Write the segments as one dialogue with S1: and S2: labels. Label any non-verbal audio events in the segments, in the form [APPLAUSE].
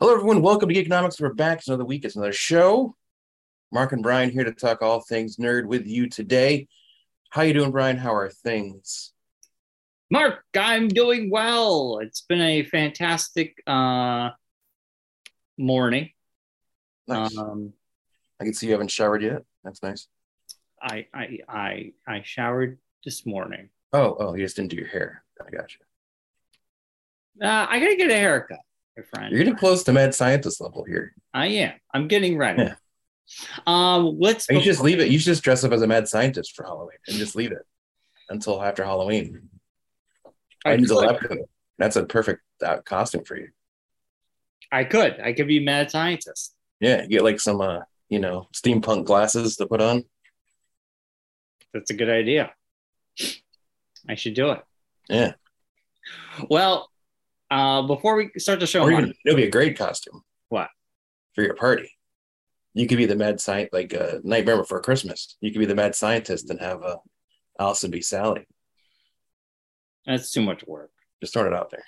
S1: Hello, everyone. Welcome to Geekonomics. We're back. It's another week. It's another show. Mark and Brian here to talk all things nerd with you today. How you doing, Brian? How are things?
S2: Mark, I'm doing well. It's been a fantastic uh, morning.
S1: Nice.
S2: Um,
S1: I can see you haven't showered yet. That's nice.
S2: I, I I I showered this morning.
S1: Oh, oh, you just didn't do your hair. I got you.
S2: Uh, I gotta get a haircut, my friend.
S1: You're getting close to mad scientist level here.
S2: I am. I'm getting ready.
S1: Yeah.
S2: Um, let's.
S1: You should just leave it. You should just dress up as a mad scientist for Halloween and just leave it until after Halloween.
S2: I
S1: Items
S2: could.
S1: left in it. That's a perfect uh, costume for you.
S2: I could. I could be mad scientist.
S1: Yeah, you get like some, uh, you know, steampunk glasses to put on.
S2: That's a good idea. I should do it.
S1: Yeah,
S2: Well, uh, before we start the show,
S1: or
S2: Mark,
S1: even it'll be a great costume.
S2: What?
S1: for your party? You could be the mad scientist, like uh, Nightmare Before Christmas. You could be the mad scientist and have uh, Allison be Sally.
S2: that's too much work.
S1: Just throwing it out there.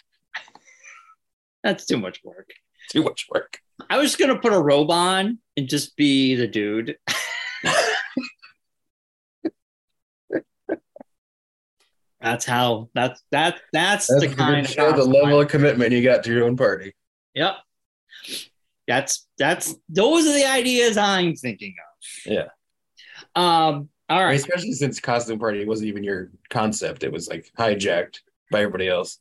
S2: That's too much work.
S1: Too much work.
S2: I was gonna put a robe on and just be the dude. [LAUGHS] that's how. That's that. That's,
S1: That's
S2: the kind
S1: show
S2: of
S1: the level of commitment you got to your own party.
S2: Yep. That's that's those are the ideas I'm thinking of.
S1: Yeah.
S2: Um. All right.
S1: Especially since costume party wasn't even your concept; it was like hijacked by everybody else.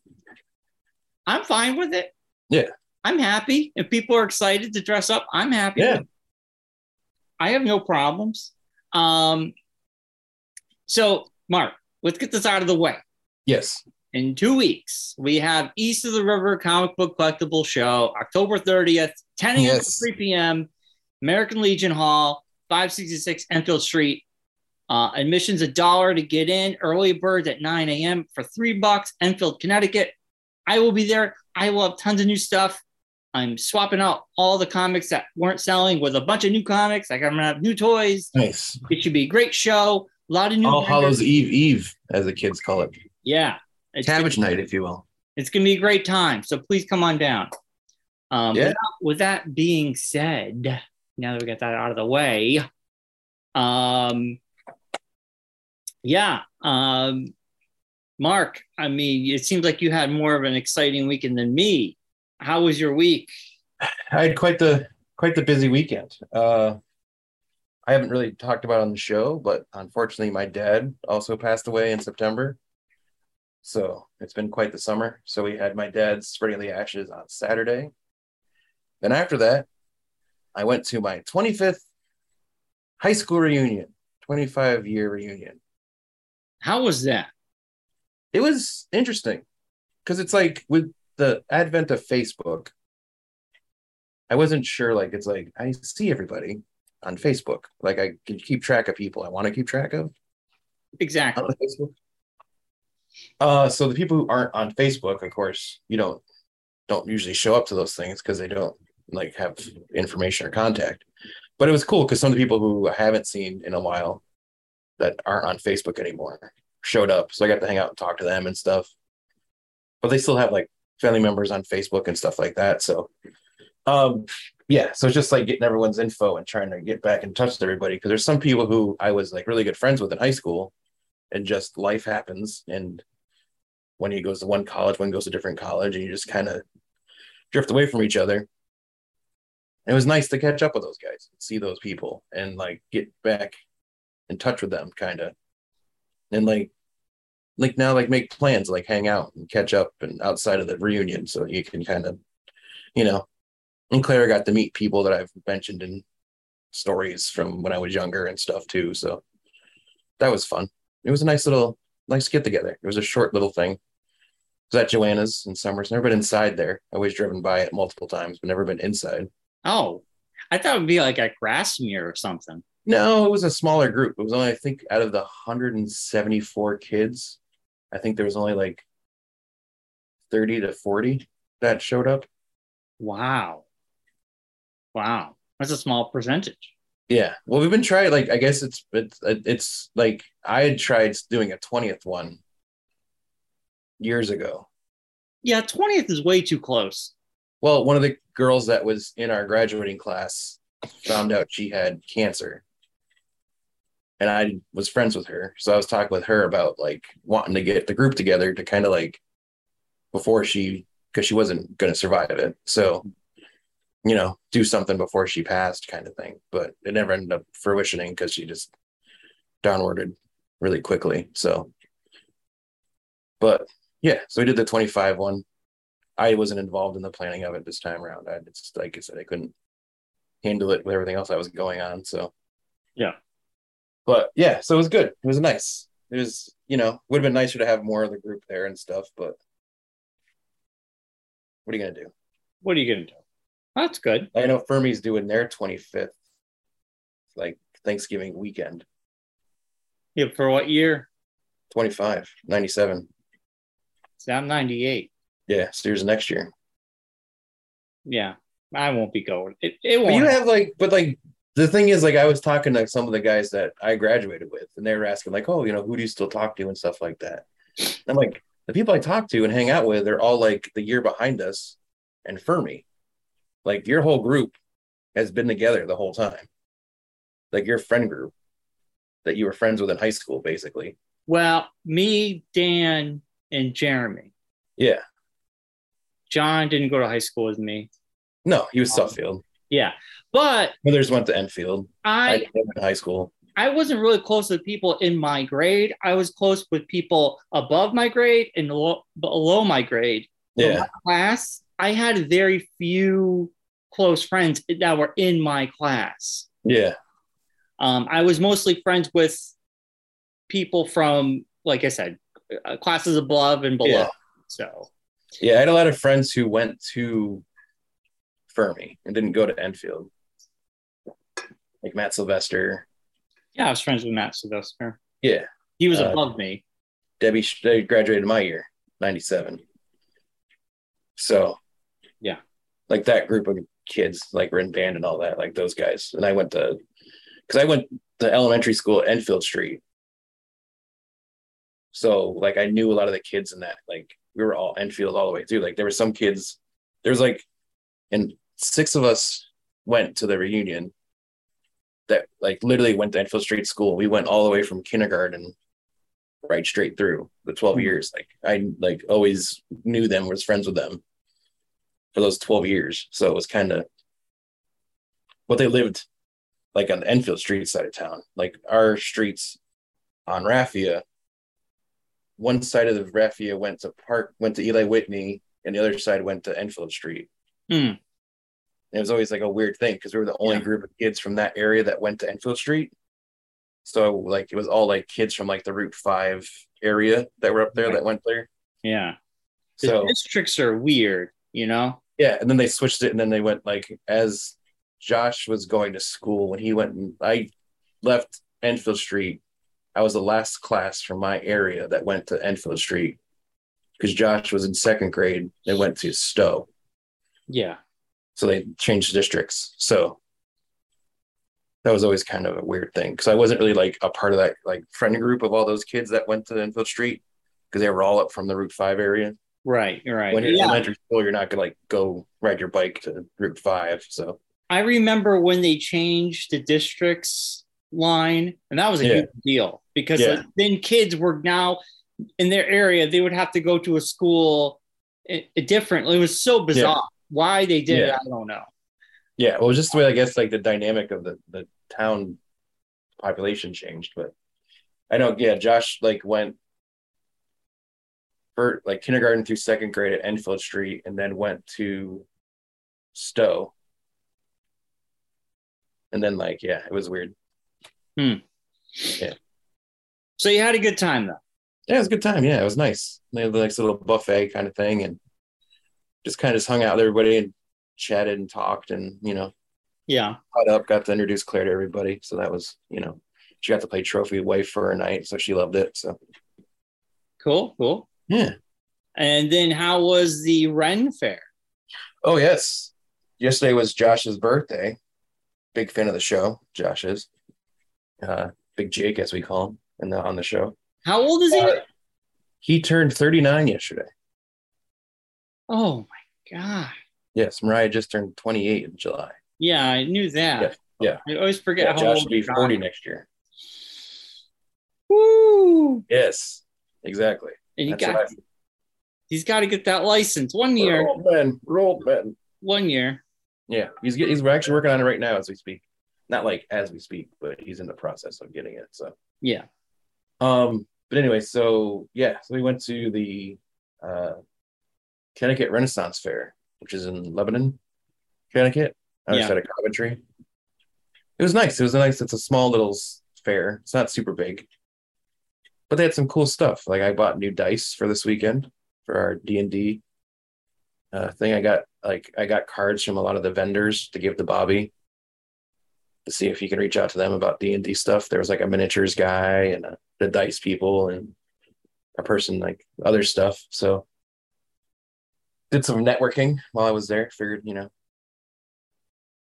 S2: I'm fine with it.
S1: Yeah.
S2: I'm happy. If people are excited to dress up, I'm happy.
S1: Yeah.
S2: with it. I have no problems. Um, so, Mark, let's get this out of the way.
S1: Yes,
S2: In two weeks, we have East of the River Comic Book Collectible Show, October 30th, 10 a.m.
S1: Yes.
S2: to 3 p.m., American Legion Hall, 566 Enfield Street. Uh, admission's a dollar to get in. Early birds at 9 a.m. for three bucks. Enfield, Connecticut. I will be there. I will have tons of new stuff. I'm swapping out all the comics that weren't selling with a bunch of new comics. Like I'm gonna have new toys.
S1: nice.
S2: It should be a great show. A lot of new.
S1: All
S2: vendors.
S1: Hallows Eve, Eve, as the kids call it,
S2: Yeah. It's gonna
S1: Cabbage Night, if you will.
S2: it's going to be a great time. So please come on down. Um,
S1: Yeah.
S2: without- with, that being said, now that we got that out of the way, um, yeah, um, Mark, I mean, it seems like you had more of an exciting weekend than me. How was your week?
S1: I had quite the quite the busy weekend. Uh, I haven't really talked about it on the show, but unfortunately, my dad also passed away in September. So it's been quite the summer. So we had my dad spreading the ashes on Saturday. Then after that, I went to my 25th high school reunion, 25 year reunion.
S2: How was that?
S1: It was interesting because it's like with the advent of Facebook, I wasn't sure. Like, it's like I see everybody on Facebook. Like, I can keep track of people I want to keep track of
S2: Exactly.
S1: on Facebook. Uh, so the people who aren't on Facebook, of course, you don't don't usually show up to those things because they don't like have information or contact. But it was cool because some of the people who I haven't seen in a while that aren't on Facebook anymore showed up, so I got to hang out and talk to them and stuff. But they still have like family members on Facebook and stuff like that. So, um, yeah, so it's just like getting everyone's info and trying to get back in touch with everybody because there's some people who I was like really good friends with in high school and just life happens and when he goes to one college one goes to different college and you just kind of drift away from each other it was nice to catch up with those guys see those people and like get back in touch with them kind of and like like now like make plans like hang out and catch up and outside of the reunion so you can kind of you know and clara got to meet people that i've mentioned in stories from when i was younger and stuff too so that was fun it was a nice little nice get together. It was a short little thing. It was at Joanna's in Summers. Never been inside there. Always driven by it multiple times, but never been inside.
S2: Oh, I thought it would be like at Grassmere or something.
S1: No, it was a smaller group. It was only I think out of the 174 kids, I think there was only like 30 to 40 that showed up.
S2: Wow. Wow. That's a small percentage.
S1: Yeah. Well, we've been trying. Like, I guess it's it's it's like I had tried doing a 20th one years ago.
S2: Yeah, 20th is way too close.
S1: Well, one of the girls that was in our graduating class found out she had cancer. And I was friends with her. So I was talking with her about like wanting to get the group together to kind of like before she, because she wasn't going to survive it. So, you know, do something before she passed kind of thing. But it never ended up fruitioning because she just downwarded really quickly. So, but yeah, so we did the 25 one. I wasn't involved in the planning of it this time around. I just, like I said, I couldn't handle it with everything else that was going on. So,
S2: Yeah.
S1: but yeah, so it was good. It was nice. It was, you know, would have been nicer to have more of the group there and stuff, but what are you going to do?
S2: What are you gonna do? That's good.
S1: I know Fermi's doing their 25th, like Thanksgiving weekend,
S2: Yeah, for what year?
S1: 25, 97.
S2: So I'm 98.
S1: Yeah, so here's next year.
S2: Yeah, I won't be going. It, it
S1: But
S2: won't.
S1: you have like, but like the thing is, like I was talking to some of the guys that I graduated with, and they were asking like, oh, you know, who do you still talk to and stuff like that. And I'm like, the people I talk to and hang out with, they're all like the year behind us, and Fermi, like your whole group has been together the whole time, like your friend group that you were friends with in high school, basically.
S2: well, me, Dan, and Jeremy.
S1: Yeah.
S2: John didn't go to high school with me.
S1: No, he was Suffield.
S2: Yeah, but
S1: Others went to Enfield. I,
S2: I
S1: didn't go to high school.
S2: I wasn't really close to the people in my grade. I was close with people above my grade and lo- below my grade.
S1: Yeah.
S2: Class, I had very few close friends that were in my class.
S1: Yeah.
S2: Um, I was mostly friends with people from, like I said, uh, classes above and below.
S1: Yeah.
S2: So
S1: Yeah, I had a lot of friends who went to Fermi and didn't go to Enfield, like Matt Sylvester,
S2: yeah, I was friends with Matt Sylvester.
S1: Yeah.
S2: he was
S1: Uh,
S2: above me.
S1: Debbie. Sh- They graduated my year, '97. So,
S2: Yeah.
S1: like that group of kids, like were in band and all that, like those guys. And I went to, because I went to elementary school at Enfield Street. So, like, I knew a lot of the kids in that. Like, we were all Enfield all the way through. Like, there were some kids. There was like, and six of us went to the reunion. That like literally went to Enfield Street School. We went all the way from kindergarten right straight through the 12
S2: Mhm.
S1: years like i like always knew them was friends with them for those 12 years so it was kind of what they lived like on the enfield street side of town like our streets on raffia one side of the raffia went to park went to eli whitney and the other side went to enfield street
S2: Hmm.
S1: and it was always like a weird thing because we were the only
S2: Yeah.
S1: group of kids from that area that went to enfield street so like it was all like kids from like the Route Five area that were up there that went there.
S2: Yeah, the
S1: So
S2: districts are weird, you know.
S1: yeah, and then they switched it, and then they went like as Josh was going to school when he went. I left Enfield Street. I was the last class from my area that went to Enfield Street because Josh was in second grade. They went to Stowe,
S2: Yeah,
S1: so they changed districts. So that was always kind of a weird thing because I wasn't really like a part of that like friend group of all those kids that went to Enfield Street because they were all up from the Route Five area.
S2: right, you're right.
S1: When you're in
S2: Yeah.
S1: elementary school, you're not gonna like go ride your bike to Route Five. So
S2: I remember when they changed the districts line, and that was a
S1: Yeah.
S2: huge deal because
S1: Yeah.
S2: like, then kids were now in their area, they would have to go to a school i- different. It was so bizarre. Why they did it,
S1: Yeah.
S2: I don't know.
S1: yeah, well, just the way I guess like the dynamic of the the town population changed, but I know yeah, Josh like went for like kindergarten through second grade at Enfield Street, and then went to Stowe, and then like yeah, it was weird.
S2: So you had a good time though.
S1: Yeah, it was a good time. Yeah, it was nice. They had the nice little buffet kind of thing, and just kind of just hung out with everybody and chatted and talked, and you know
S2: Yeah.
S1: caught up, got to introduce Claire to everybody. So that was, you know, she got to play trophy wife for a night, so she loved it. So
S2: Cool. Cool.
S1: yeah.
S2: And then how was the Ren Fair?
S1: Oh yes. Yesterday was Josh's birthday. Big fan of the show, Josh is. Uh, Big Jake, as we call him, in the, on the show.
S2: How old is he?
S1: Uh, He turned 39 yesterday.
S2: oh my God.
S1: Yes, Mariah just turned 28 in July.
S2: Yeah, I knew that.
S1: Yeah,
S2: I always forget
S1: Yeah,
S2: how
S1: Josh
S2: old
S1: will be
S2: you are.
S1: 40 next year.
S2: Woo!
S1: Yes, exactly.
S2: And you
S1: That's
S2: got
S1: what I-
S2: he's got to get that license one year.
S1: We're old men. We're old men.
S2: One year.
S1: Yeah, he's get- he's we're actually working on it right now as we speak. Not like as we speak, but he's in the process of getting it. So,
S2: Yeah.
S1: um, but anyway, so yeah, so we went to the uh, Connecticut Renaissance Fair, which is in Lebanon, Connecticut,
S2: Yeah.
S1: outside of Coventry. It was nice. It was a nice. It's a small little s- fair. It's not super big, but they had some cool stuff. Like I bought new dice for this weekend for our D and D uh, thing. I got like I got cards from a lot of the vendors to give to Bobby to see if he can reach out to them about D and D stuff. There was like a miniatures guy and a, the dice people and a person like other stuff. So did some networking while I was there. Figured you know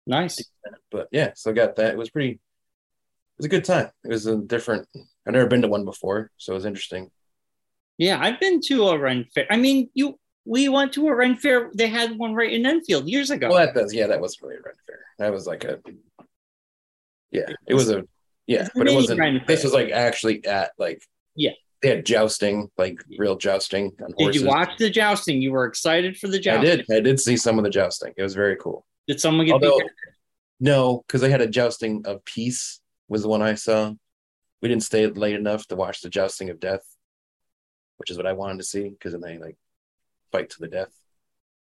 S2: Nice.
S1: but yeah, so got that. It was pretty. It was a good time. It was a different. I've never been to one before, so it was interesting.
S2: Yeah, I've been to a Ren fair. I mean, you we went to a Ren fair. They had one right in Enfield years ago.
S1: Well, that does. Yeah, that was really a Ren Fair. That was like a. Yeah, it was a. Yeah,
S2: It's a
S1: but it
S2: mini
S1: wasn't.
S2: Ren
S1: This
S2: Fair.
S1: was like actually at like.
S2: Yeah.
S1: They had jousting, like real jousting on
S2: Did
S1: horses.
S2: you watch the jousting? You were excited for the
S1: I
S2: jousting.
S1: did. I did see some of the jousting. It was very cool.
S2: Did someone get
S1: Although,
S2: beat?
S1: no, because they had a jousting of peace was the one I saw. We didn't stay late enough to watch the jousting of death, which is what I wanted to see because then they like fight to the death.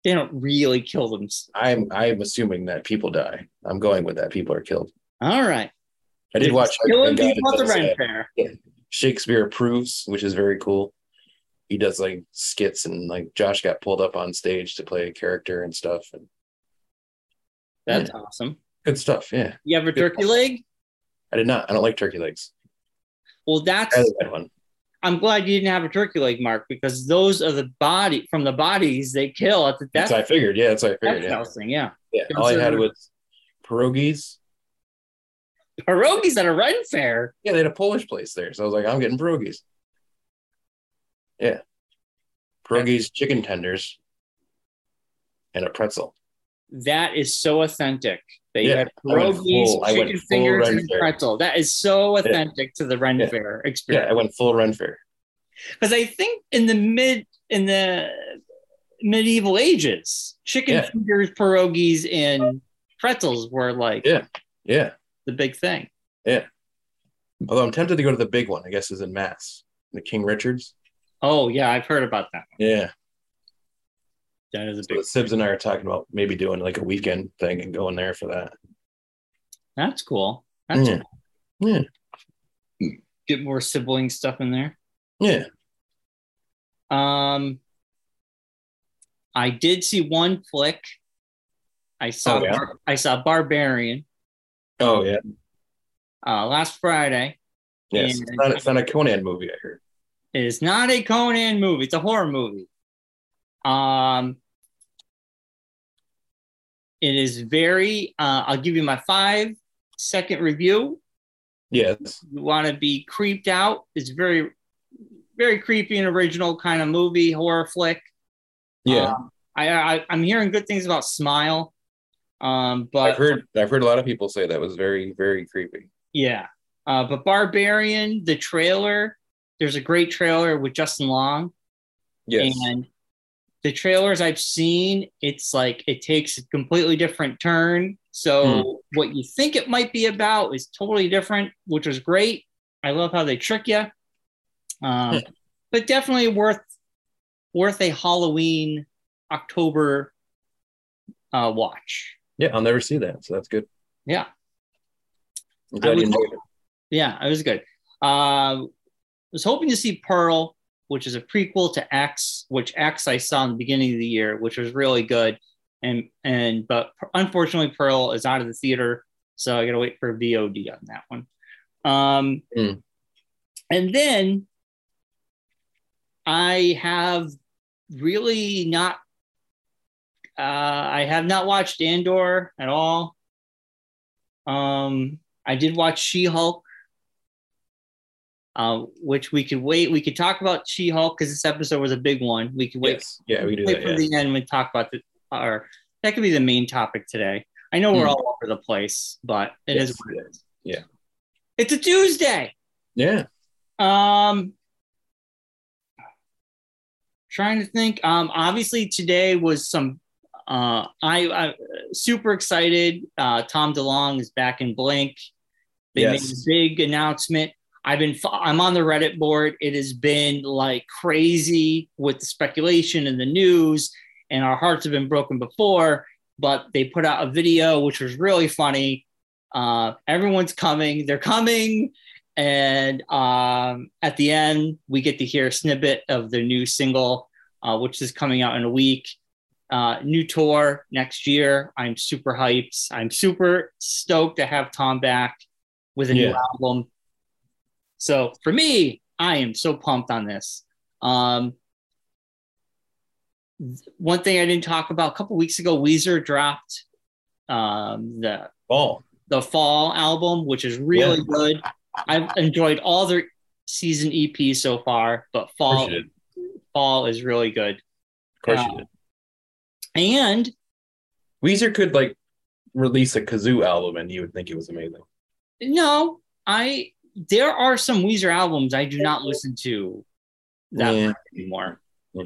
S2: They don't really kill them.
S1: I'm I'm assuming that people die. I'm going with that. People are killed.
S2: All right.
S1: I did
S2: They're
S1: watch
S2: killing
S1: Thank God
S2: people at
S1: It
S2: the
S1: Does
S2: Ren
S1: Say.
S2: fair.
S1: Shakespeare approves, which is very cool. He does like skits and like Josh got pulled up on stage to play a character and stuff and
S2: That's awesome.
S1: good stuff. Yeah,
S2: You have a turkey leg?
S1: I did not. I don't like turkey legs.
S2: Well, that's
S1: I had one.
S2: I'm glad you didn't have a turkey leg, Mark, because those are the body from the bodies they kill at the
S1: That's
S2: death.
S1: what I figured. Yeah, that's what I
S2: That's
S1: figured. Yeah.
S2: thing, yeah.
S1: Yeah, all I had
S2: Consider-
S1: was pierogies.
S2: Pierogies at a Ren fair.
S1: Yeah, they had a Polish place there, so I was like, I'm getting pierogies. Yeah, pierogies, chicken tenders, and a pretzel.
S2: That is so authentic. They
S1: Yeah,
S2: had
S1: I went
S2: pierogies,
S1: full- I went
S2: chicken
S1: full
S2: fingers,
S1: Ren
S2: and
S1: fair.
S2: pretzel. That is so authentic to the Ren
S1: Yeah.
S2: fair
S1: Yeah, I
S2: experience.
S1: went full Ren Fair.
S2: Because I think in the mid in the medieval ages, chicken
S1: Yeah.
S2: fingers, pierogies, and pretzels were like
S1: Yeah. Yeah,
S2: the big thing.
S1: although I'm tempted to go to the big one. I guess is in Mass, the King Richards.
S2: Oh yeah, I've heard about that.
S1: Yeah,
S2: That is a
S1: so
S2: big.
S1: the Sibs and I are talking about maybe doing like a weekend thing and going there for that.
S2: That's cool. That's
S1: Yeah.
S2: cool.
S1: Yeah.
S2: Get more sibling stuff in there.
S1: Yeah,
S2: Um, I did see one flick. I saw
S1: Oh, yeah?
S2: Bar- I saw Barbarian
S1: oh yeah,
S2: uh, last Friday.
S1: yes. It's, not, it's not a Conan movie, I heard.
S2: It is not a Conan movie; it's a horror movie. Um, it is very. Uh, I'll give you my five second review.
S1: Yes,
S2: You want to be creeped out. It's very, very creepy and original kind of movie horror flick.
S1: yeah.
S2: Um, I, I I'm hearing good things about Smile. Um, but
S1: I've heard I've heard a lot of people say that was very very creepy.
S2: yeah. Uh, but Barbarian, the trailer, there's a great trailer with Justin Long.
S1: Yes.
S2: And the trailers I've seen, it's like it takes a completely different turn. So what you think it might be about is totally different, which is great. I love how they trick you. Um, but definitely worth worth a Halloween October uh, watch.
S1: Yeah, I'll never see that, so that's good.
S2: Yeah.
S1: I'm
S2: I
S1: glad you
S2: would-
S1: enjoyed it.
S2: Yeah, it was good. Uh, was hoping to see Pearl, which is a prequel to X, which X I saw in the beginning of the year, which was really good. And and but unfortunately, Pearl is out of the theater, so I got to wait for VOD on that one. Um,
S1: Mm.
S2: and then I have really not. Uh, I have not watched Andor at all. Um, I did watch She Hulk, uh, which we could wait. We could talk about She Hulk because this episode was a big one. We could wait,
S1: Yes. Yeah, we can do
S2: wait
S1: that.
S2: for
S1: Yeah.
S2: the end and talk about the, our that could be the main topic today. I know we're
S1: Mm.
S2: all over the place, but it is
S1: Yes.
S2: what it is.
S1: Yeah.
S2: It's a Tuesday.
S1: Yeah.
S2: Um, trying to think. Um, obviously today was some. Uh, I, I super excited. Uh, Tom DeLong is back in Blink. They made a
S1: Yes.
S2: big announcement. I've been. fo- I'm on the Reddit board. It has been like crazy with the speculation and the news, and our hearts have been broken before. But they put out a video which was really funny. Uh, everyone's coming. They're coming. And um, at the end, we get to hear a snippet of their new single, uh, which is coming out in a week. Uh, new tour next year. I'm super hyped. I'm super stoked to have Tom back with a new
S1: Yeah.
S2: album. So for me, I am so pumped on this. Um, one thing I didn't talk about a couple weeks ago, Weezer dropped um, the
S1: Ball.
S2: the fall album, which is really good. I've enjoyed all their season EPs so far, but
S1: Of course
S2: fall
S1: you did. Of
S2: fall is really good.
S1: course
S2: Uh,
S1: you did.
S2: And
S1: Weezer could like release a kazoo album and you would think it was amazing.
S2: no, I there are some Weezer albums I do not listen to that
S1: Yeah.
S2: much anymore.
S1: Yeah.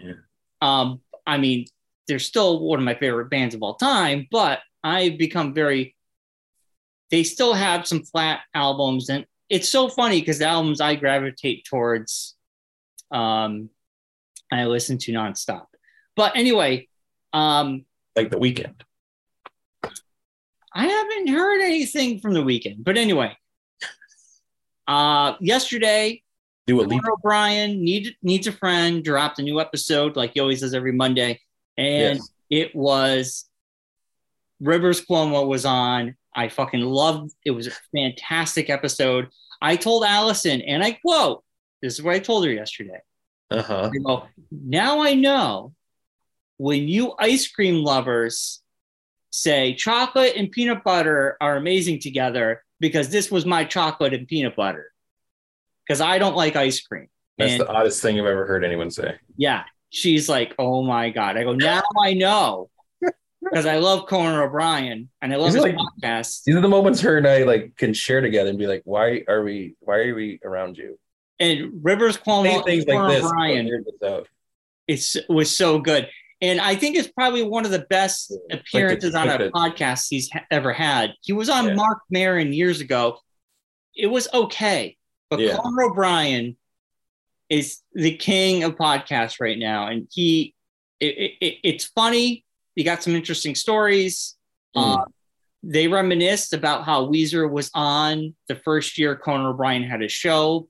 S2: Um, I mean, they're still one of my favorite bands of all time, but I've become very. They still have some flat albums, and it's so funny because the albums I gravitate towards, um, I listen to nonstop. But anyway, um,
S1: Like the weekend.
S2: I haven't heard anything from the weekend. But anyway, [LAUGHS] uh, yesterday
S1: Do a leap.
S2: Conan O'Brien need, needs a friend dropped a new episode like he always does every Monday, and
S1: Yes.
S2: it was Rivers Cuomo was on. I fucking loved it. Was a fantastic episode. I told Allison, and I quote: "This is what I told her yesterday.
S1: Uh-huh.
S2: I go, now I know when you ice cream lovers say chocolate and peanut butter are amazing together because this was my chocolate and peanut butter because I don't like ice cream."
S1: That's
S2: And-
S1: the oddest thing I've ever heard anyone say.
S2: yeah. She's like, oh my God. I go, now
S1: [LAUGHS]
S2: I know. Because I love Conan O'Brien and I love
S1: Is
S2: his
S1: it like-
S2: podcast.
S1: These are the moments her and I like can share together and be like, why are we why are we around you?
S2: And Rivers Cuomo
S1: Say things like
S2: Conan
S1: this. but
S2: O'Brien
S1: hear this out.
S2: it's, was so good. And I think it's probably one of the best
S1: Yeah.
S2: appearances on
S1: Like
S2: a
S1: the-
S2: podcast he's ha- ever had. He was on
S1: Yeah.
S2: Mark Marin years ago. It was okay. But
S1: Yeah.
S2: Conan O'Brien is the king of podcasts right now. And he, it, it- it, it's funny. He got some interesting stories.
S1: Hmm.
S2: Uh, they reminisced about how Weezer was on the first year Conan O'Brien had a show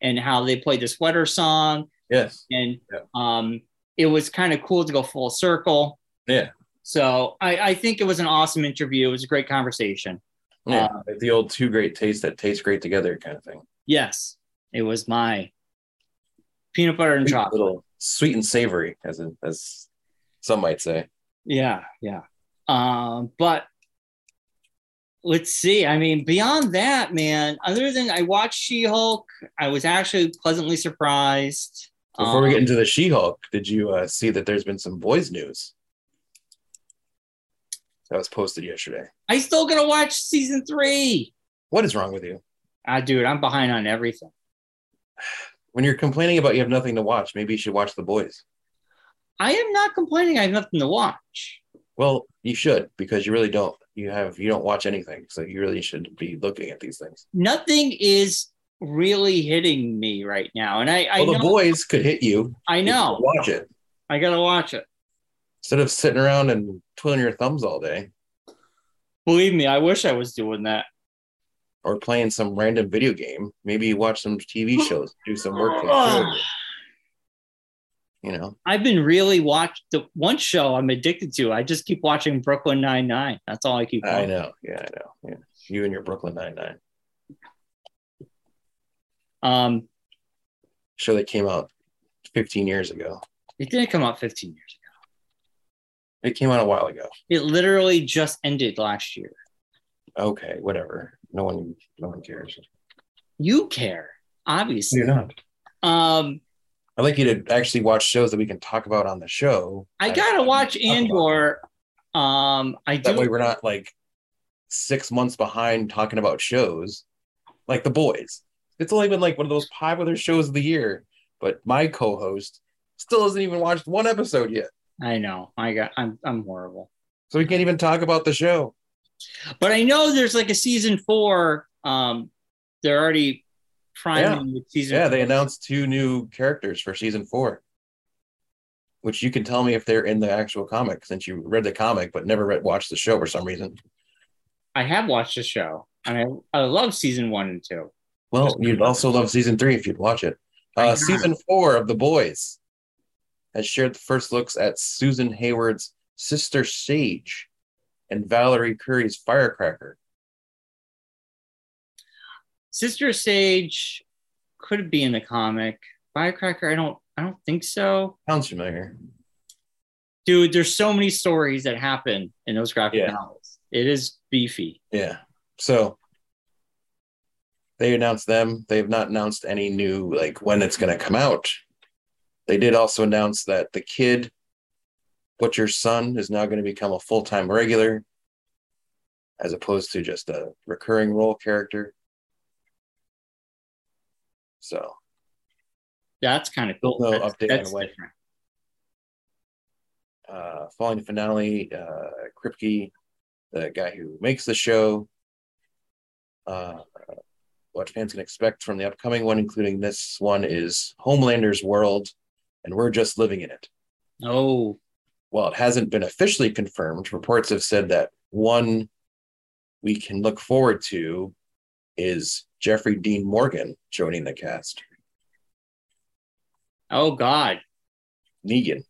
S2: and how they played the sweater song.
S1: Yes.
S2: And
S1: Yeah.
S2: um, it was kind of cool to go full circle.
S1: Yeah.
S2: So I, I think it was an awesome interview. It was a great conversation.
S1: Yeah.
S2: Uh,
S1: like the old two great tastes that taste great together kind of thing.
S2: Yes, it was my peanut butter and chocolate.
S1: little sweet and savory, as in, as some might say.
S2: Yeah, yeah. Um, but let's see. I mean, beyond that, man, other than I watched She Hulk, I was actually pleasantly surprised. Um,
S1: Before we get into the She-Hulk, did you uh, see that there's been some boys news that was posted yesterday?
S2: I still gotta watch season three.
S1: What is wrong with you?
S2: Ah, dude, I'm behind on everything.
S1: When you're complaining about you have nothing to watch, maybe you should watch the boys.
S2: I am not complaining. I have nothing to watch.
S1: Well, you should because you really don't. You have you don't watch anything, so you really should be looking at these things.
S2: Nothing is really hitting me right now, and I, I
S1: Well, the
S2: know,
S1: boys could hit you.
S2: I
S1: if you
S2: know,
S1: Watch it
S2: I gotta watch it.
S1: instead of sitting around and twiddling your thumbs all day
S2: Believe me, I wish I was doing that.
S1: or playing some random video game. Maybe you watch some
S2: [LAUGHS]
S1: TV shows, do some work. for the
S2: Ugh.
S1: children, you know.
S2: I've been really watched the one show I'm addicted to. I just keep watching Brooklyn Nine Nine. That's all I keep.
S1: I
S2: Watching.
S1: know. Yeah, I know. Yeah. You and your Brooklyn Nine Nine
S2: Um,
S1: show that came out 15 years ago.
S2: it didn't come out 15 years
S1: It came out a while ago.
S2: ago. It literally just ended last year.
S1: Okay, whatever. No one, no one cares.
S2: You care, obviously.
S1: You're not.
S2: Um,
S1: I'd like you to actually watch shows that we can talk about on the show.
S2: I gotta watch
S1: Talk about.
S2: Andor. Um, I
S1: That way
S2: do.
S1: we're not like six months behind talking about shows like The Boys. It's only been like one of those popular shows of the year, but my co-host still hasn't even watched one episode yet.
S2: I know. I got. I'm. I'm horrible.
S1: So we can't even talk about the show.
S2: But I know there's like a season four. Um, they're already priming with season.
S1: Yeah,
S2: four.
S1: they announced two new characters for season four. Which you can tell me if they're in the actual comic since you read the comic but never read, watched the show for some reason.
S2: I have watched the show, and I, I love season one and two.
S1: Well, you'd also love season three if you'd watch it.
S2: I
S1: Uh,
S2: have.
S1: season four of The Boys has shared the first looks at Susan Hayward's sister Sage and Valerie Curry's Firecracker.
S2: Sister Sage could be in the comic. Firecracker, I don't. I don't think so,
S1: Sounds familiar.
S2: dude. There's so many stories that happen in those graphic
S1: Yeah.
S2: novels. It is beefy.
S1: Yeah. So they announced them. They have not announced any new, like when it's going to come out. They did also announce that the kid, Butcher's son, is now going to become a full time regular as opposed to just a recurring role character. So,
S2: That's kind of cool.
S1: No
S2: that's,
S1: update
S2: that's
S1: on what-
S2: different.
S1: uh, following the finale, uh, Kripke, the guy who makes the show, uh, what fans can expect from the upcoming one, including this one, is Homelander's World, and we're just living in it.
S2: Oh,
S1: While it hasn't been officially confirmed, reports have said that one we can look forward to is Jeffrey Dean Morgan joining the cast.
S2: oh God.
S1: Negan.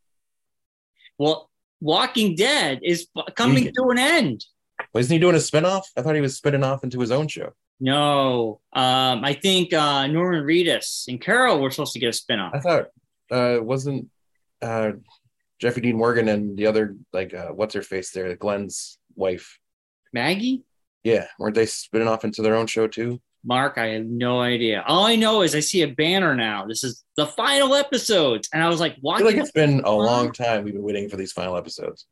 S2: Well, Walking Dead is fu- coming
S1: Negan.
S2: to an end.
S1: Wasn't he doing a spinoff? I thought he was spinning off into his own show.
S2: No, um, I think uh, Norman Reedus and Carol were supposed to get a
S1: I
S2: spinoff.
S1: thought uh wasn't uh Jeffrey Dean Morgan and the other like uh what's her face there, Glenn's wife.
S2: Maggie,
S1: Yeah, weren't they spinning off into their own show too?
S2: Mark, I have no idea. All I know is I see a banner now. This is the final episodes, and I was like,
S1: I
S2: "Walking."
S1: feel like it's been a long time we've been waiting for these final episodes.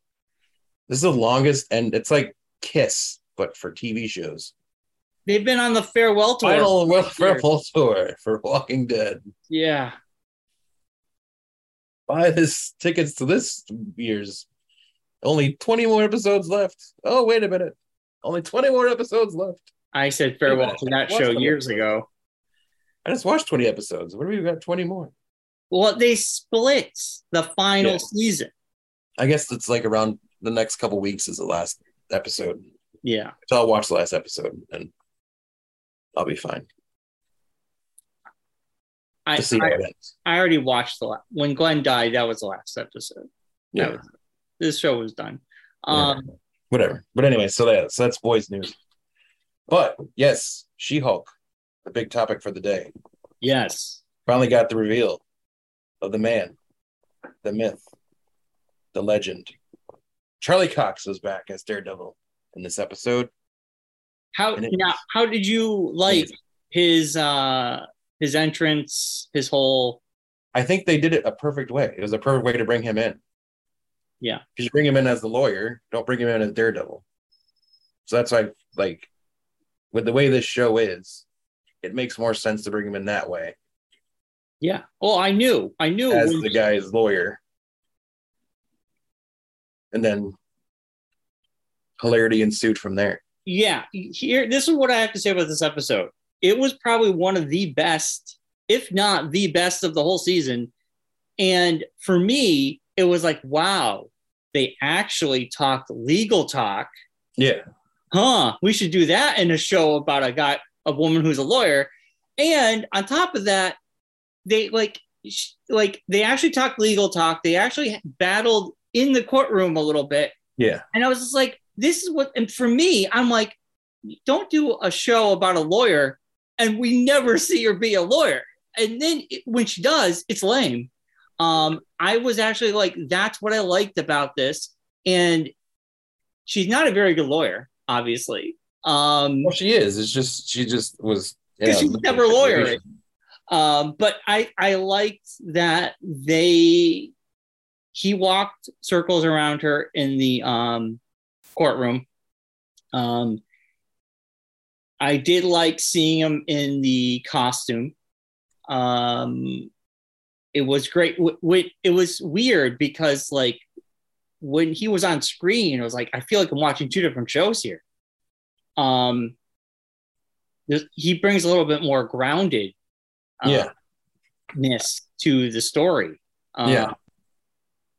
S1: This is the longest and it's like Kiss, but for TV shows.
S2: They've been on the farewell tour.
S1: Final World
S2: years.
S1: Rebel Tour for Walking Dead.
S2: Yeah,
S1: Buy this tickets to this year's only 20 more episodes left. Oh, wait a minute. Only 20 more episodes left.
S2: I said farewell to that
S1: What's
S2: show
S1: the-
S2: years ago.
S1: I just watched 20 episodes. What do we got? 20 more.
S2: Well, they split the final
S1: Yeah.
S2: season.
S1: I guess it's like around the next couple weeks is the last episode.
S2: Yeah,
S1: So I'll watch the last episode and I'll be fine.
S2: I
S1: To see
S2: I,
S1: how it ends.
S2: I already watched the la- when Glenn died. That was the last episode.
S1: Yeah.
S2: this show was done. Um,
S1: Whatever. But anyway, so that so that's boys news. But yes, She Hulk, the big topic for the day.
S2: Yes.
S1: Finally got the reveal of the man, the myth, the legend. Charlie Cox was back as Daredevil in this episode.
S2: How
S1: And it-
S2: now? How did you like his uh his entrance? His whole
S1: I think they did it a perfect way. It was a perfect way to bring him in.
S2: Yeah.
S1: Because you bring him in as the lawyer, don't bring him in as Daredevil. So that's why, like, with the way this show is, it makes more sense to bring him in that way
S2: yeah. Oh, I knew. I knew.
S1: as
S2: when-
S1: the guy's lawyer. And then hilarity ensued from there.
S2: yeah. Here, this is what I have to say about this episode. It was probably one of the best, if not the best, of the whole season. And for me, it was like, wow, they actually talked legal talk.
S1: Yeah.
S2: huh, we should do that in a show about a guy, a woman who's a lawyer. And on top of that, they like, sh- like they actually talked legal talk. They actually battled in the courtroom a little bit.
S1: Yeah.
S2: And I was just like, this is what, and for me, I'm like, don't do a show about a lawyer and we never [LAUGHS] see her be a lawyer. And then it- when she does, it's lame. Um, I was actually like, that's what I liked about this. And she's not a very good lawyer, obviously. Um,
S1: Well, she is. It's just, she just was.
S2: 'Cause
S1: yeah,
S2: she's never a lawyer. um, but I, I liked that they he walked circles around her in the um, courtroom. Um, I did like seeing him in the costume. Um, it was great. W- w- it was weird because, like, when he was on screen, it was like, I feel like I'm watching two different shows here. Um, there's- he brings a little bit more grounded
S1: Yeah.
S2: ness to the story. Um,
S1: Yeah.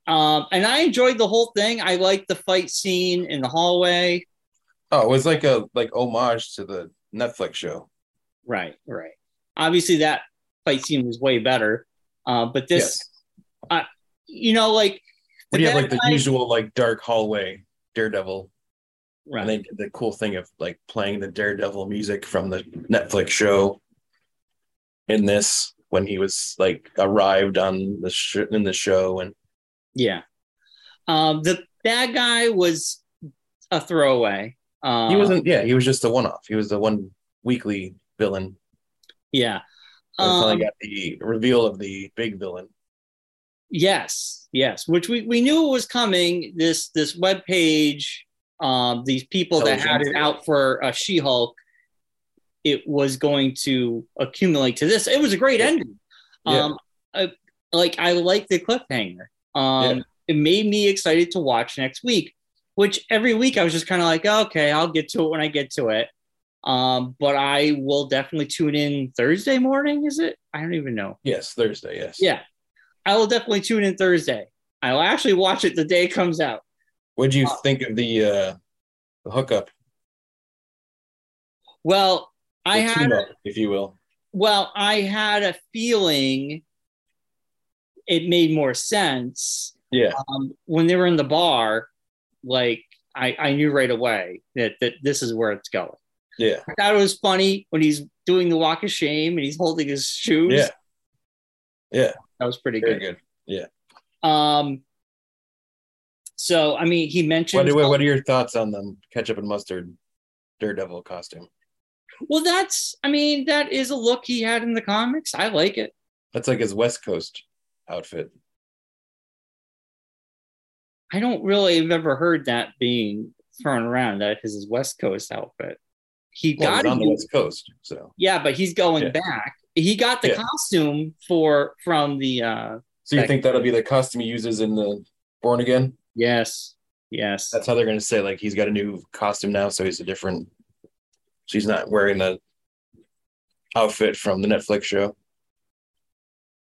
S2: Um, and I enjoyed the whole thing. I liked the fight scene in the hallway.
S1: Oh, it was like a like homage to the Netflix show.
S2: Right, right. Obviously, that fight scene was way better. Uh, but this,
S1: yes.
S2: you know, like
S1: But you have like the
S2: Batman-
S1: usual like dark hallway Daredevil,
S2: right,
S1: and they did the cool thing of like playing the Daredevil music from the Netflix show. In this, when he was like arrived on the sh- in the show, and
S2: yeah. Um, the bad guy was a throwaway. Um,
S1: he wasn't. Yeah, he was just the one off. He was the one weekly villain.
S2: Yeah.
S1: We finally
S2: Um,
S1: got the reveal of the big villain.
S2: Yes, yes, which we, we knew it was coming. This this web page, um, these people that had it out for uh, She Hulk, it was going to accumulate to this. It was a great
S1: Yeah.
S2: ending. Um, I, like I like the cliffhanger. Um,
S1: Yeah.
S2: It made me excited to watch next week. Which every week I was just kind of like, okay, I'll get to it when I get to it. Um, but I will definitely tune in Thursday morning. Is it? I don't even know.
S1: Yes, Thursday. Yes.
S2: Yeah. I will definitely tune in Thursday. I will actually watch it the day it comes out.
S1: What do you think of the uh the hookup?
S2: Well, I
S1: the
S2: had
S1: team-up, if you will.
S2: well, I had a feeling it made more sense
S1: Yeah.
S2: um, when they were in the bar. Like I, I knew right away that that this is where it's going.
S1: Yeah.
S2: I thought it was funny when he's doing the walk of shame and he's holding his shoes.
S1: Yeah. Yeah.
S2: that was pretty
S1: Very
S2: good.
S1: good.
S2: Um, so I mean, he
S1: What,
S2: mentioned
S1: what, what are your thoughts on the ketchup and mustard Daredevil costume?
S2: Well, that's, I mean, that is a look he had in the comics. I like it.
S1: That's like his West Coast outfit.
S2: I don't really have ever heard that being thrown around that is his West Coast outfit. He
S1: Well,
S2: got
S1: he's on
S2: it.
S1: the West Coast, so
S2: Yeah, but he's going
S1: Yeah.
S2: back. He got the
S1: Yeah.
S2: costume for from the uh
S1: so you
S2: Back-
S1: think that'll be the costume he uses in the Born Again?
S2: yes. Yes.
S1: That's how they're going to say like he's got a new costume now, so he's a different. So he's not wearing the outfit from the Netflix show.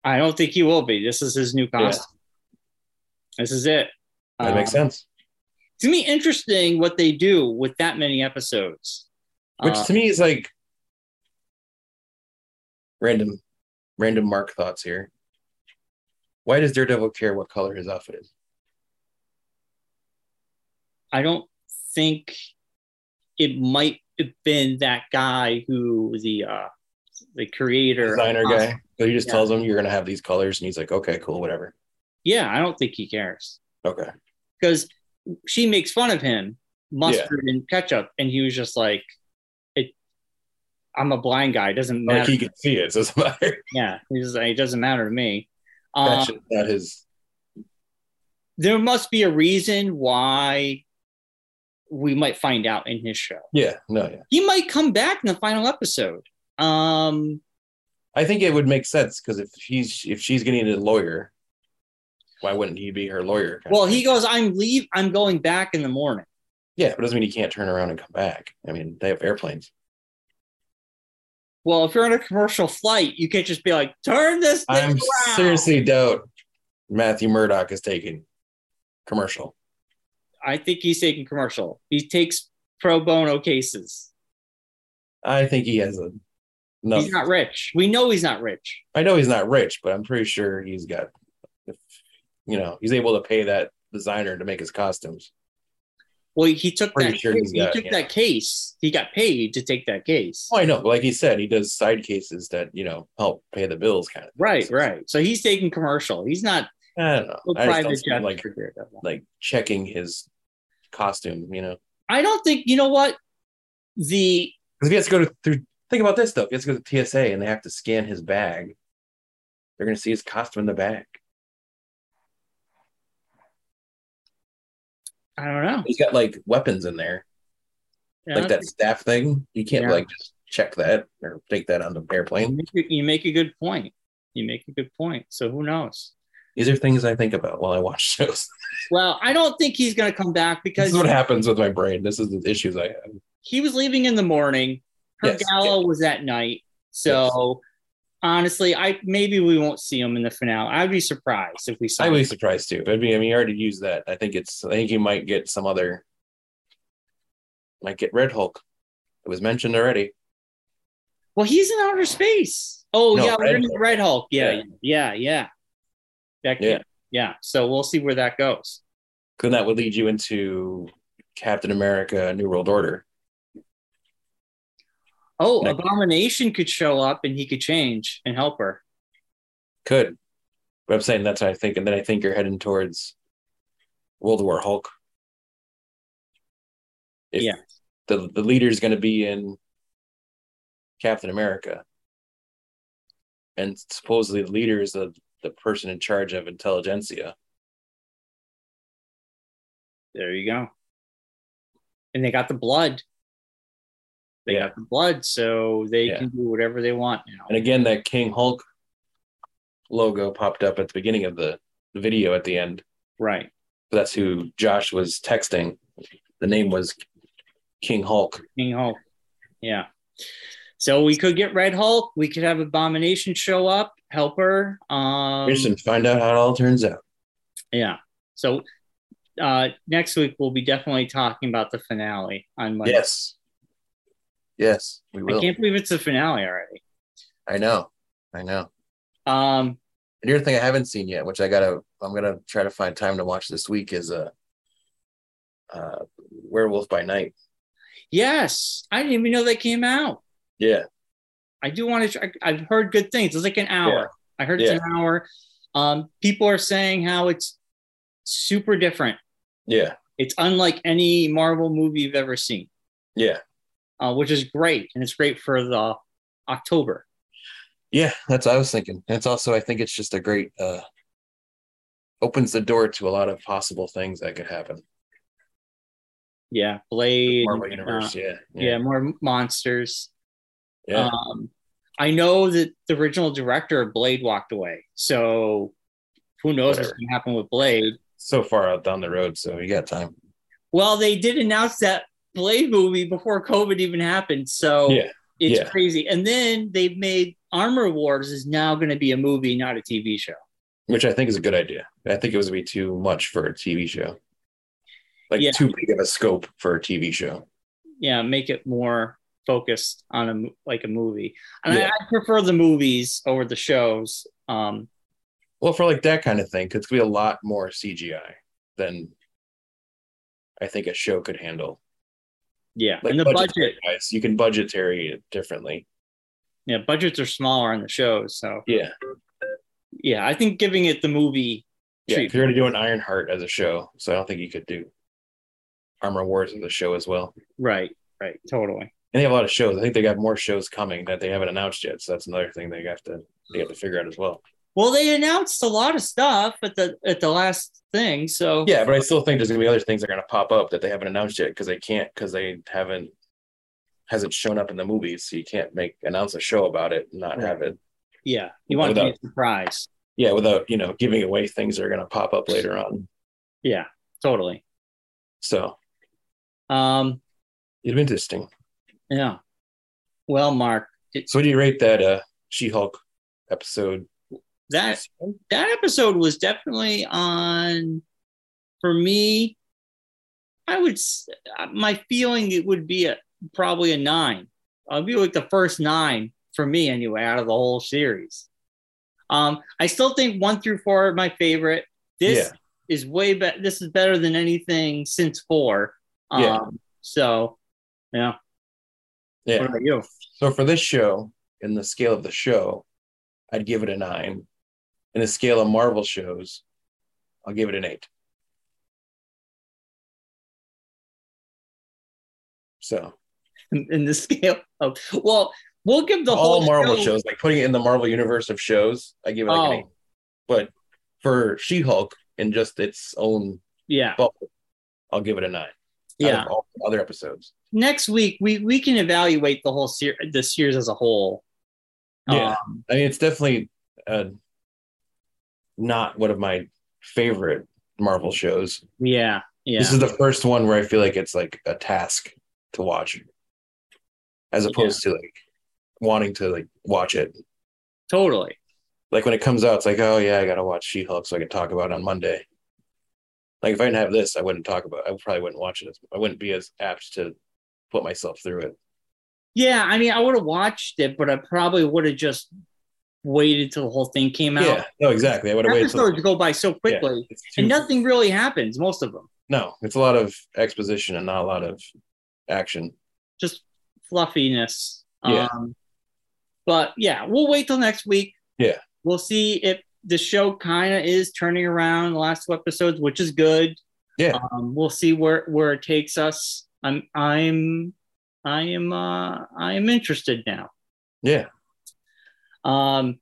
S2: I don't think he will be. This is his new
S1: Yeah.
S2: costume. This is it.
S1: That
S2: Uh,
S1: makes sense.
S2: To me, interesting what they do with that many episodes.
S1: Which
S2: Uh,
S1: to me is like random, random Mark thoughts here. Why does Daredevil care what color his outfit is?
S2: I don't think it might have been that guy who the uh the creator
S1: Designer guy. So he just
S2: Yeah.
S1: tells him you're gonna have these colors, and he's like, okay, cool, whatever.
S2: Yeah, I don't think he cares
S1: Okay.
S2: because she makes fun of him, mustard and ketchup, and he was just like, "It, I'm a blind guy. It doesn't matter."
S1: Like he can see it. So it's not, [LAUGHS]
S2: yeah, he's like, "It doesn't matter to me." Um,
S1: that's just not his.
S2: there must be a reason why we might find out in his show.
S1: Yeah. No. Yeah.
S2: He might come back in the final episode. Um,
S1: I think it would make sense because if he's if she's getting a lawyer, why wouldn't he be her lawyer? kind of
S2: Well, he
S1: thing?
S2: goes, I'm leave, I'm going back in the morning.
S1: Yeah, but it doesn't mean he can't turn around and come back. I mean, they have airplanes.
S2: Well, if you're on a commercial flight, you can't just be like, turn this thing
S1: I'm
S2: around.
S1: seriously doubt Matthew Murdoch is taking commercial.
S2: I think he's taking commercial. He takes pro bono cases.
S1: I think he has a. No,
S2: He's not rich. We know he's not rich.
S1: I know he's not rich, but I'm pretty sure he's got, if, you know, he's able to pay that designer to make his costumes.
S2: Well, he took
S1: Pretty
S2: that
S1: sure he's
S2: he
S1: got-
S2: took
S1: yeah.
S2: that case. He got paid to take that case.
S1: Well, Oh, I know, but like he said, he does side cases that you know help pay the bills, kind of. thing.
S2: Right,
S1: So,
S2: right. So he's taking commercial. He's not
S1: I don't know.
S2: a
S1: I just don't
S2: private
S1: see him,
S2: jet.
S1: like
S2: for Daredevil.
S1: like checking his costume, you know.
S2: I don't think you know what the
S1: Because if he has to go to, through, think about this though. If he has to go to TSA and they have to scan his bag, they're going to see his costume in the bag.
S2: I don't know.
S1: He's got like weapons in there,
S2: Yeah,
S1: like that staff thing. You can't
S2: Yeah.
S1: like just check that or take that on the
S2: You
S1: airplane.
S2: make, a- you make a good point. You make a good point. So who knows?
S1: These are things I think about while I watch [LAUGHS] shows.
S2: Well, I don't think he's going to come back
S1: This
S2: because
S1: is what happens with my brain. This is the issues I have.
S2: he was leaving in the morning. Her
S1: Yes.
S2: gala was at night. So honestly, I maybe we won't see him in the finale. I'd be surprised if we saw
S1: I'd
S2: him.
S1: be surprised too. I mean, I mean, you already used that. I think it's. I think you might get some other. Might get Red Hulk. It was mentioned already.
S2: Well, he's in outer space. Oh
S1: No,
S2: yeah, we're
S1: Red
S2: in
S1: Hulk.
S2: Red Hulk. Yeah, yeah, yeah. yeah. That
S1: Yeah.
S2: yeah. yeah. So we'll see where that goes.
S1: Then that would lead you into Captain America: New World Order.
S2: Oh,
S1: Next.
S2: Abomination could show up and he could change and help her.
S1: Could. But I'm saying that's what I think, and then I think you're heading towards World War Hulk. If
S2: Yeah.
S1: The the leader is going to be in Captain America, and supposedly the leader is the the person in charge of intelligentsia.
S2: There you go. And they got the blood. They
S1: Yeah.
S2: got the blood, so they
S1: Yeah.
S2: can do whatever they want now.
S1: And again, that King Hulk logo popped up at the beginning of the, the video at the end.
S2: Right.
S1: That's who Josh was texting. The name was King Hulk.
S2: King Hulk. Yeah. So we could get Red Hulk. We could have Abomination show up, help her. Um,
S1: Interesting to find out how it all turns out.
S2: Yeah. So uh, next week we'll be definitely talking about the finale on Monday.
S1: Yes. Yes, we
S2: I
S1: will. I,
S2: can't believe it's the finale already.
S1: know. I know.
S2: Um,
S1: And the other thing I haven't seen yet, which I gotta I'm gonna try to find time to watch this week is uh uh Werewolf by Night.
S2: yes, I didn't even know they came out.
S1: Yeah.
S2: I do want to. Try, I've heard good things. It's like an hour. I heard it's
S1: Yeah.
S2: an hour. Um, people are saying how it's super different.
S1: Yeah.
S2: It's unlike any Marvel movie you've ever seen,
S1: Yeah.
S2: uh, which is great, and it's great for the October.
S1: Yeah, that's what I was thinking. And it's also I think it's just a great uh opens the door to a lot of possible things that could happen.
S2: Yeah, Blade.
S1: Marvel
S2: uh,
S1: universe, yeah.
S2: yeah. more monsters.
S1: Yeah.
S2: Um, I know that the original director of Blade walked away, so who knows what's
S1: Whatever.
S2: going to happen with Blade?
S1: so far out down the road, so you got time.
S2: Well, they did announce that Blade movie before COVID even happened, so
S1: Yeah.
S2: it's
S1: yeah.
S2: crazy. And then they've made Armor Wars is now going to be a movie, not a TV show.
S1: Which I think is a good idea. I think it was be too much for a TV show. Like
S2: Yeah.
S1: too big of a scope for a TV show.
S2: Yeah, make it more focused on a mo- like a movie. And I,
S1: Yeah.
S2: I prefer the movies over the shows. Um,
S1: Well, for like that kind of thing, 'cause it's gonna be a lot more CGI than I think a show could handle.
S2: yeah,
S1: Like
S2: and the budget.
S1: budgetary wise, you can budgetary it differently.
S2: yeah, budgets are smaller on the shows. So
S1: Yeah,
S2: yeah, I think giving it the movie
S1: yeah.
S2: treatment.
S1: If you're gonna do an Ironheart as a show, so I don't think you could do Armor Wars as a show as well.
S2: Right, right, totally.
S1: And they have a lot of shows. I think they got more shows coming that they haven't announced yet. So that's another thing they have to they have to figure out as well.
S2: Well, they announced a lot of stuff at the at the last thing, so
S1: Yeah, but I still think there's gonna be other things that are gonna pop up that they haven't announced yet because they can't because they haven't hasn't shown up in the movies. So you can't make announce a show about it and not have it.
S2: yeah, you want to be
S1: Without-
S2: a surprise.
S1: Yeah, without you know giving away things that are gonna pop up later on.
S2: Yeah, totally.
S1: So
S2: Um,
S1: it'd be interesting.
S2: yeah. Well, Mark, it,
S1: So what do you rate that uh She-Hulk episode?
S2: that that episode was definitely on for me. I would s- uh, my feeling it would be a probably a nine. I'll be like the first nine for me anyway out of the whole series. Um, I still think one through four are my favorite. This
S1: Yeah.
S2: is way better. This is better than anything since four. Um,
S1: Yeah.
S2: So, yeah.
S1: Yeah.
S2: What about you?
S1: So for this show, in the scale of the show, I'd give it a nine. In the scale of Marvel shows, I'll give it an eight. So
S2: In, in the [LAUGHS] scale of well, we'll give the
S1: all
S2: whole
S1: Marvel
S2: show-
S1: shows, like putting it in the Marvel universe of shows, I give it like an
S2: Oh.
S1: eight. But for She-Hulk in just its own
S2: Yeah.
S1: bubble, I'll give it a nine.
S2: Yeah.
S1: Out of all the other episodes.
S2: Next week we we can evaluate the whole ser- the series as a whole.
S1: Yeah.
S2: Um,
S1: I mean, it's definitely uh, not one of my favorite Marvel shows.
S2: yeah. Yeah.
S1: This is the first one where I feel like it's like a task to watch, as opposed to like wanting to like watch it.
S2: totally.
S1: Like when it comes out, it's like, oh yeah, I gotta watch She Hulk so I can talk about it on Monday. Like if I didn't have this, I wouldn't talk about. I probably wouldn't watch it. As, I wouldn't be as apt to put myself through it.
S2: Yeah, I mean I would have watched it, but I probably would have just waited till the whole thing came out.
S1: Yeah, no, exactly. I would have waited. till-
S2: Episodes go by so quickly,
S1: it's too-
S2: and nothing really happens. Most of them
S1: No, it's a lot of exposition and not a lot of action.
S2: just fluffiness.
S1: Yeah.
S2: Um, but yeah, we'll wait till next week.
S1: Yeah.
S2: we'll see if the show kind of is turning around the last two episodes, which is good.
S1: Yeah.
S2: um, we'll see where where it takes us. I'm I'm I am uh, I am interested now.
S1: Yeah,
S2: Um,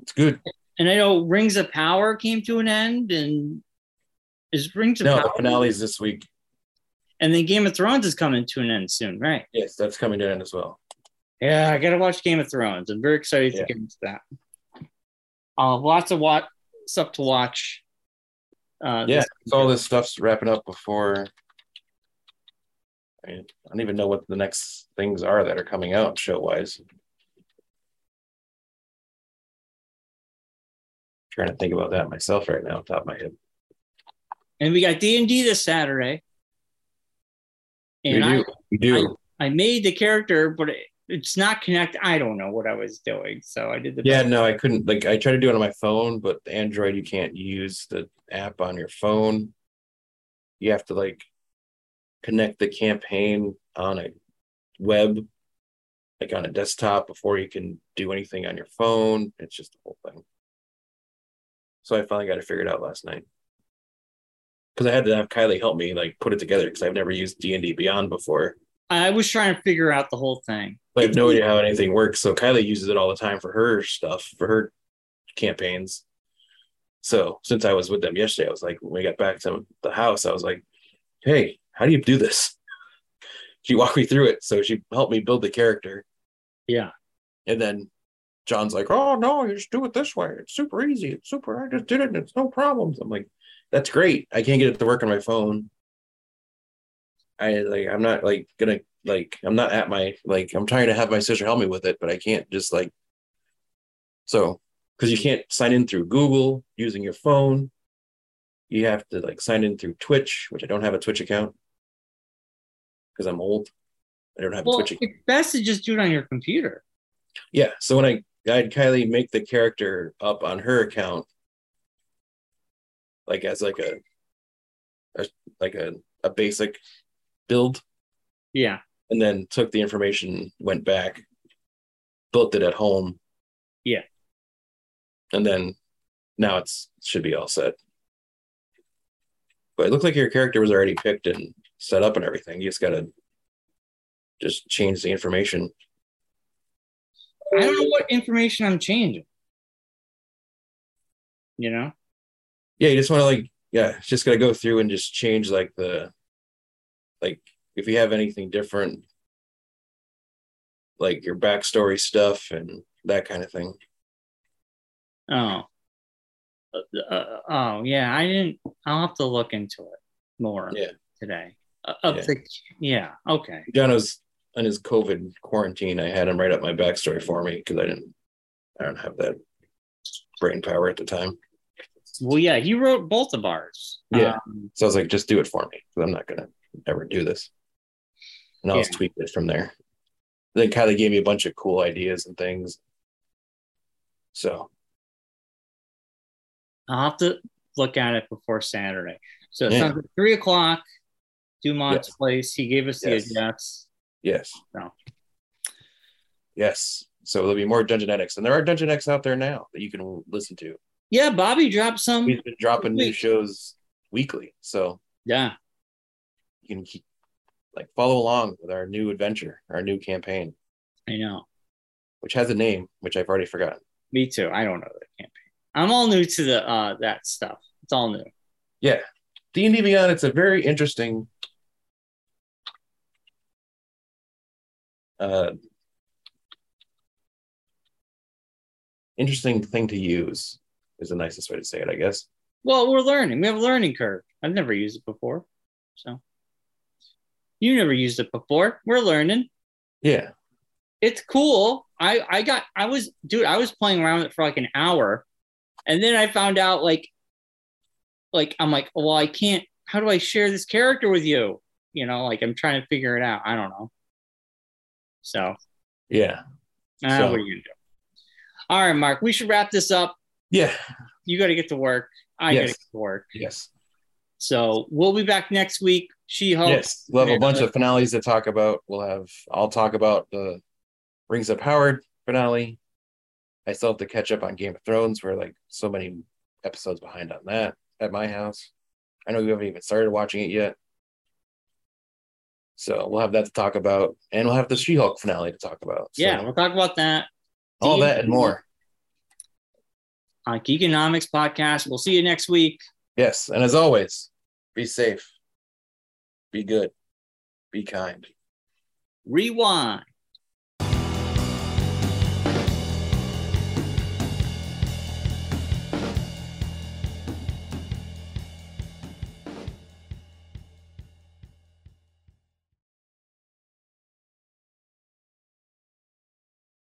S1: it's good.
S2: and I know Rings of Power came to an end, and is Rings of
S1: No, the
S2: Power
S1: finale is this week.
S2: and then Game of Thrones is coming to an end soon, right?
S1: Yes, that's coming to an end as well.
S2: Yeah, I gotta watch Game of Thrones. I'm very excited to
S1: Yeah.
S2: get into that. Uh, lots of what stuff to watch. Uh,
S1: yeah,
S2: this-
S1: so all this stuff's wrapping up before. I, mean, I don't even know what the next things are that are coming out show wise. Trying to think about that myself right now, off the top of my head.
S2: and we got D and D this Saturday.
S1: we
S2: And
S1: do,
S2: I,
S1: we do.
S2: I made the character, but it, it's not connect. I don't know what I was doing, so I did the
S1: yeah, no, I couldn't. Like, I tried to do it on my phone, but the Android, you can't use the app on your phone. You have to like connect the campaign on a web, like on a desktop, before you can do anything on your phone. It's just the whole thing. So I finally got it figured out last night because I had to have Kylie help me like put it together because I've never used D and D Beyond before.
S2: I was trying to figure out the whole thing.
S1: I have no idea how anything works. So Kylie uses it all the time for her stuff, for her campaigns. So since I was with them yesterday, I was like, when we got back to the house, I was like, hey, how do you do this? [LAUGHS] She walked me through it. So she helped me build the character.
S2: Yeah.
S1: And then John's like, oh, no, you just do it this way. It's super easy. It's super. I just did it and it's no problems. I'm like, that's great. I can't get it to work on my phone. I like I'm not like gonna like I'm not at my like I'm trying to have my sister help me with it, but I can't just like so because you can't sign in through Google using your phone. You have to like sign in through Twitch, which I don't have a Twitch account because I'm old. I don't have a
S2: Well,
S1: Twitch account.
S2: it's best to just do it on your computer.
S1: Yeah. So when I, I had Kylie make the character up on her account, like as like a, a like a, a basic build,
S2: Yeah,
S1: and then took the information, went back, built it at home.
S2: Yeah.
S1: And then now it's should be all set. But it looked like your character was already picked and set up and everything. You just gotta just change the information.
S2: I don't know what information I'm changing. You know.
S1: yeah, you just want to like, yeah, it's just gotta go through and just change like the, like if you have anything different, like your backstory stuff and that kind of thing.
S2: Oh. Uh, uh, oh yeah, I didn't. I'll have to look into it more
S1: Yeah.
S2: today. Uh, up
S1: Yeah.
S2: the yeah. Okay.
S1: John was on his COVID quarantine. I had him write up my backstory for me because I didn't, I don't have that brain power at the time.
S2: Well, yeah, he wrote both of ours.
S1: Yeah.
S2: Um,
S1: So I was like, just do it for me because I'm not gonna ever do this. And I'll just tweak it from there. Then Kylie gave me a bunch of cool ideas and things. So
S2: I'll have to look at it before Saturday. So it
S1: Yeah.
S2: sounds like three o'clock. Dumont's
S1: Yes.
S2: place. He gave us the
S1: Yes.
S2: address.
S1: Yes.
S2: No.
S1: Yes. So there'll be more Dungeonetics, and there are Dungeonetics out there now that you can listen to.
S2: Yeah, Bobby dropped some.
S1: We've been dropping new
S2: Week.
S1: shows weekly, so
S2: Yeah.
S1: you can keep like follow along with our new adventure, our new campaign,
S2: I know.
S1: which has a name which I've already forgotten.
S2: Me too. I don't know the campaign. I'm all new to the uh that stuff. It's all new.
S1: Yeah, the Indy Beyond, it's a very interesting uh, interesting thing to use is the nicest way to say it, I guess.
S2: Well, we're learning. We have a learning curve. I've never used it before. So you never used it before. We're learning.
S1: Yeah.
S2: It's cool. I I got I was dude, I was playing around with it for like an hour. And then I found out like like I'm like, well, I can't how do I share this character with you? You know, like I'm trying to figure it out. I don't know. So
S1: Yeah.
S2: uh,
S1: So-
S2: what are you gonna do? All right, Mark, we should wrap this up.
S1: Yeah.
S2: You gotta get to work. I
S1: Yes.
S2: gotta get to work.
S1: Yes.
S2: So we'll be back next week. She Hulk.
S1: Yes. We'll have a bunch of finales to talk about. We'll have I'll talk about the Rings of Howard finale. I still have to catch up on Game of Thrones. We're like so many episodes behind on that at my house. I know you haven't even started watching it yet. So we'll have that to talk about. And we'll have the She-Hulk finale to talk about. So
S2: Yeah, we'll talk about that
S1: all that and more.
S2: on Geekonomics Podcast. We'll see you next week.
S1: Yes. And as always, be safe. Be good. Be kind.
S2: Rewind.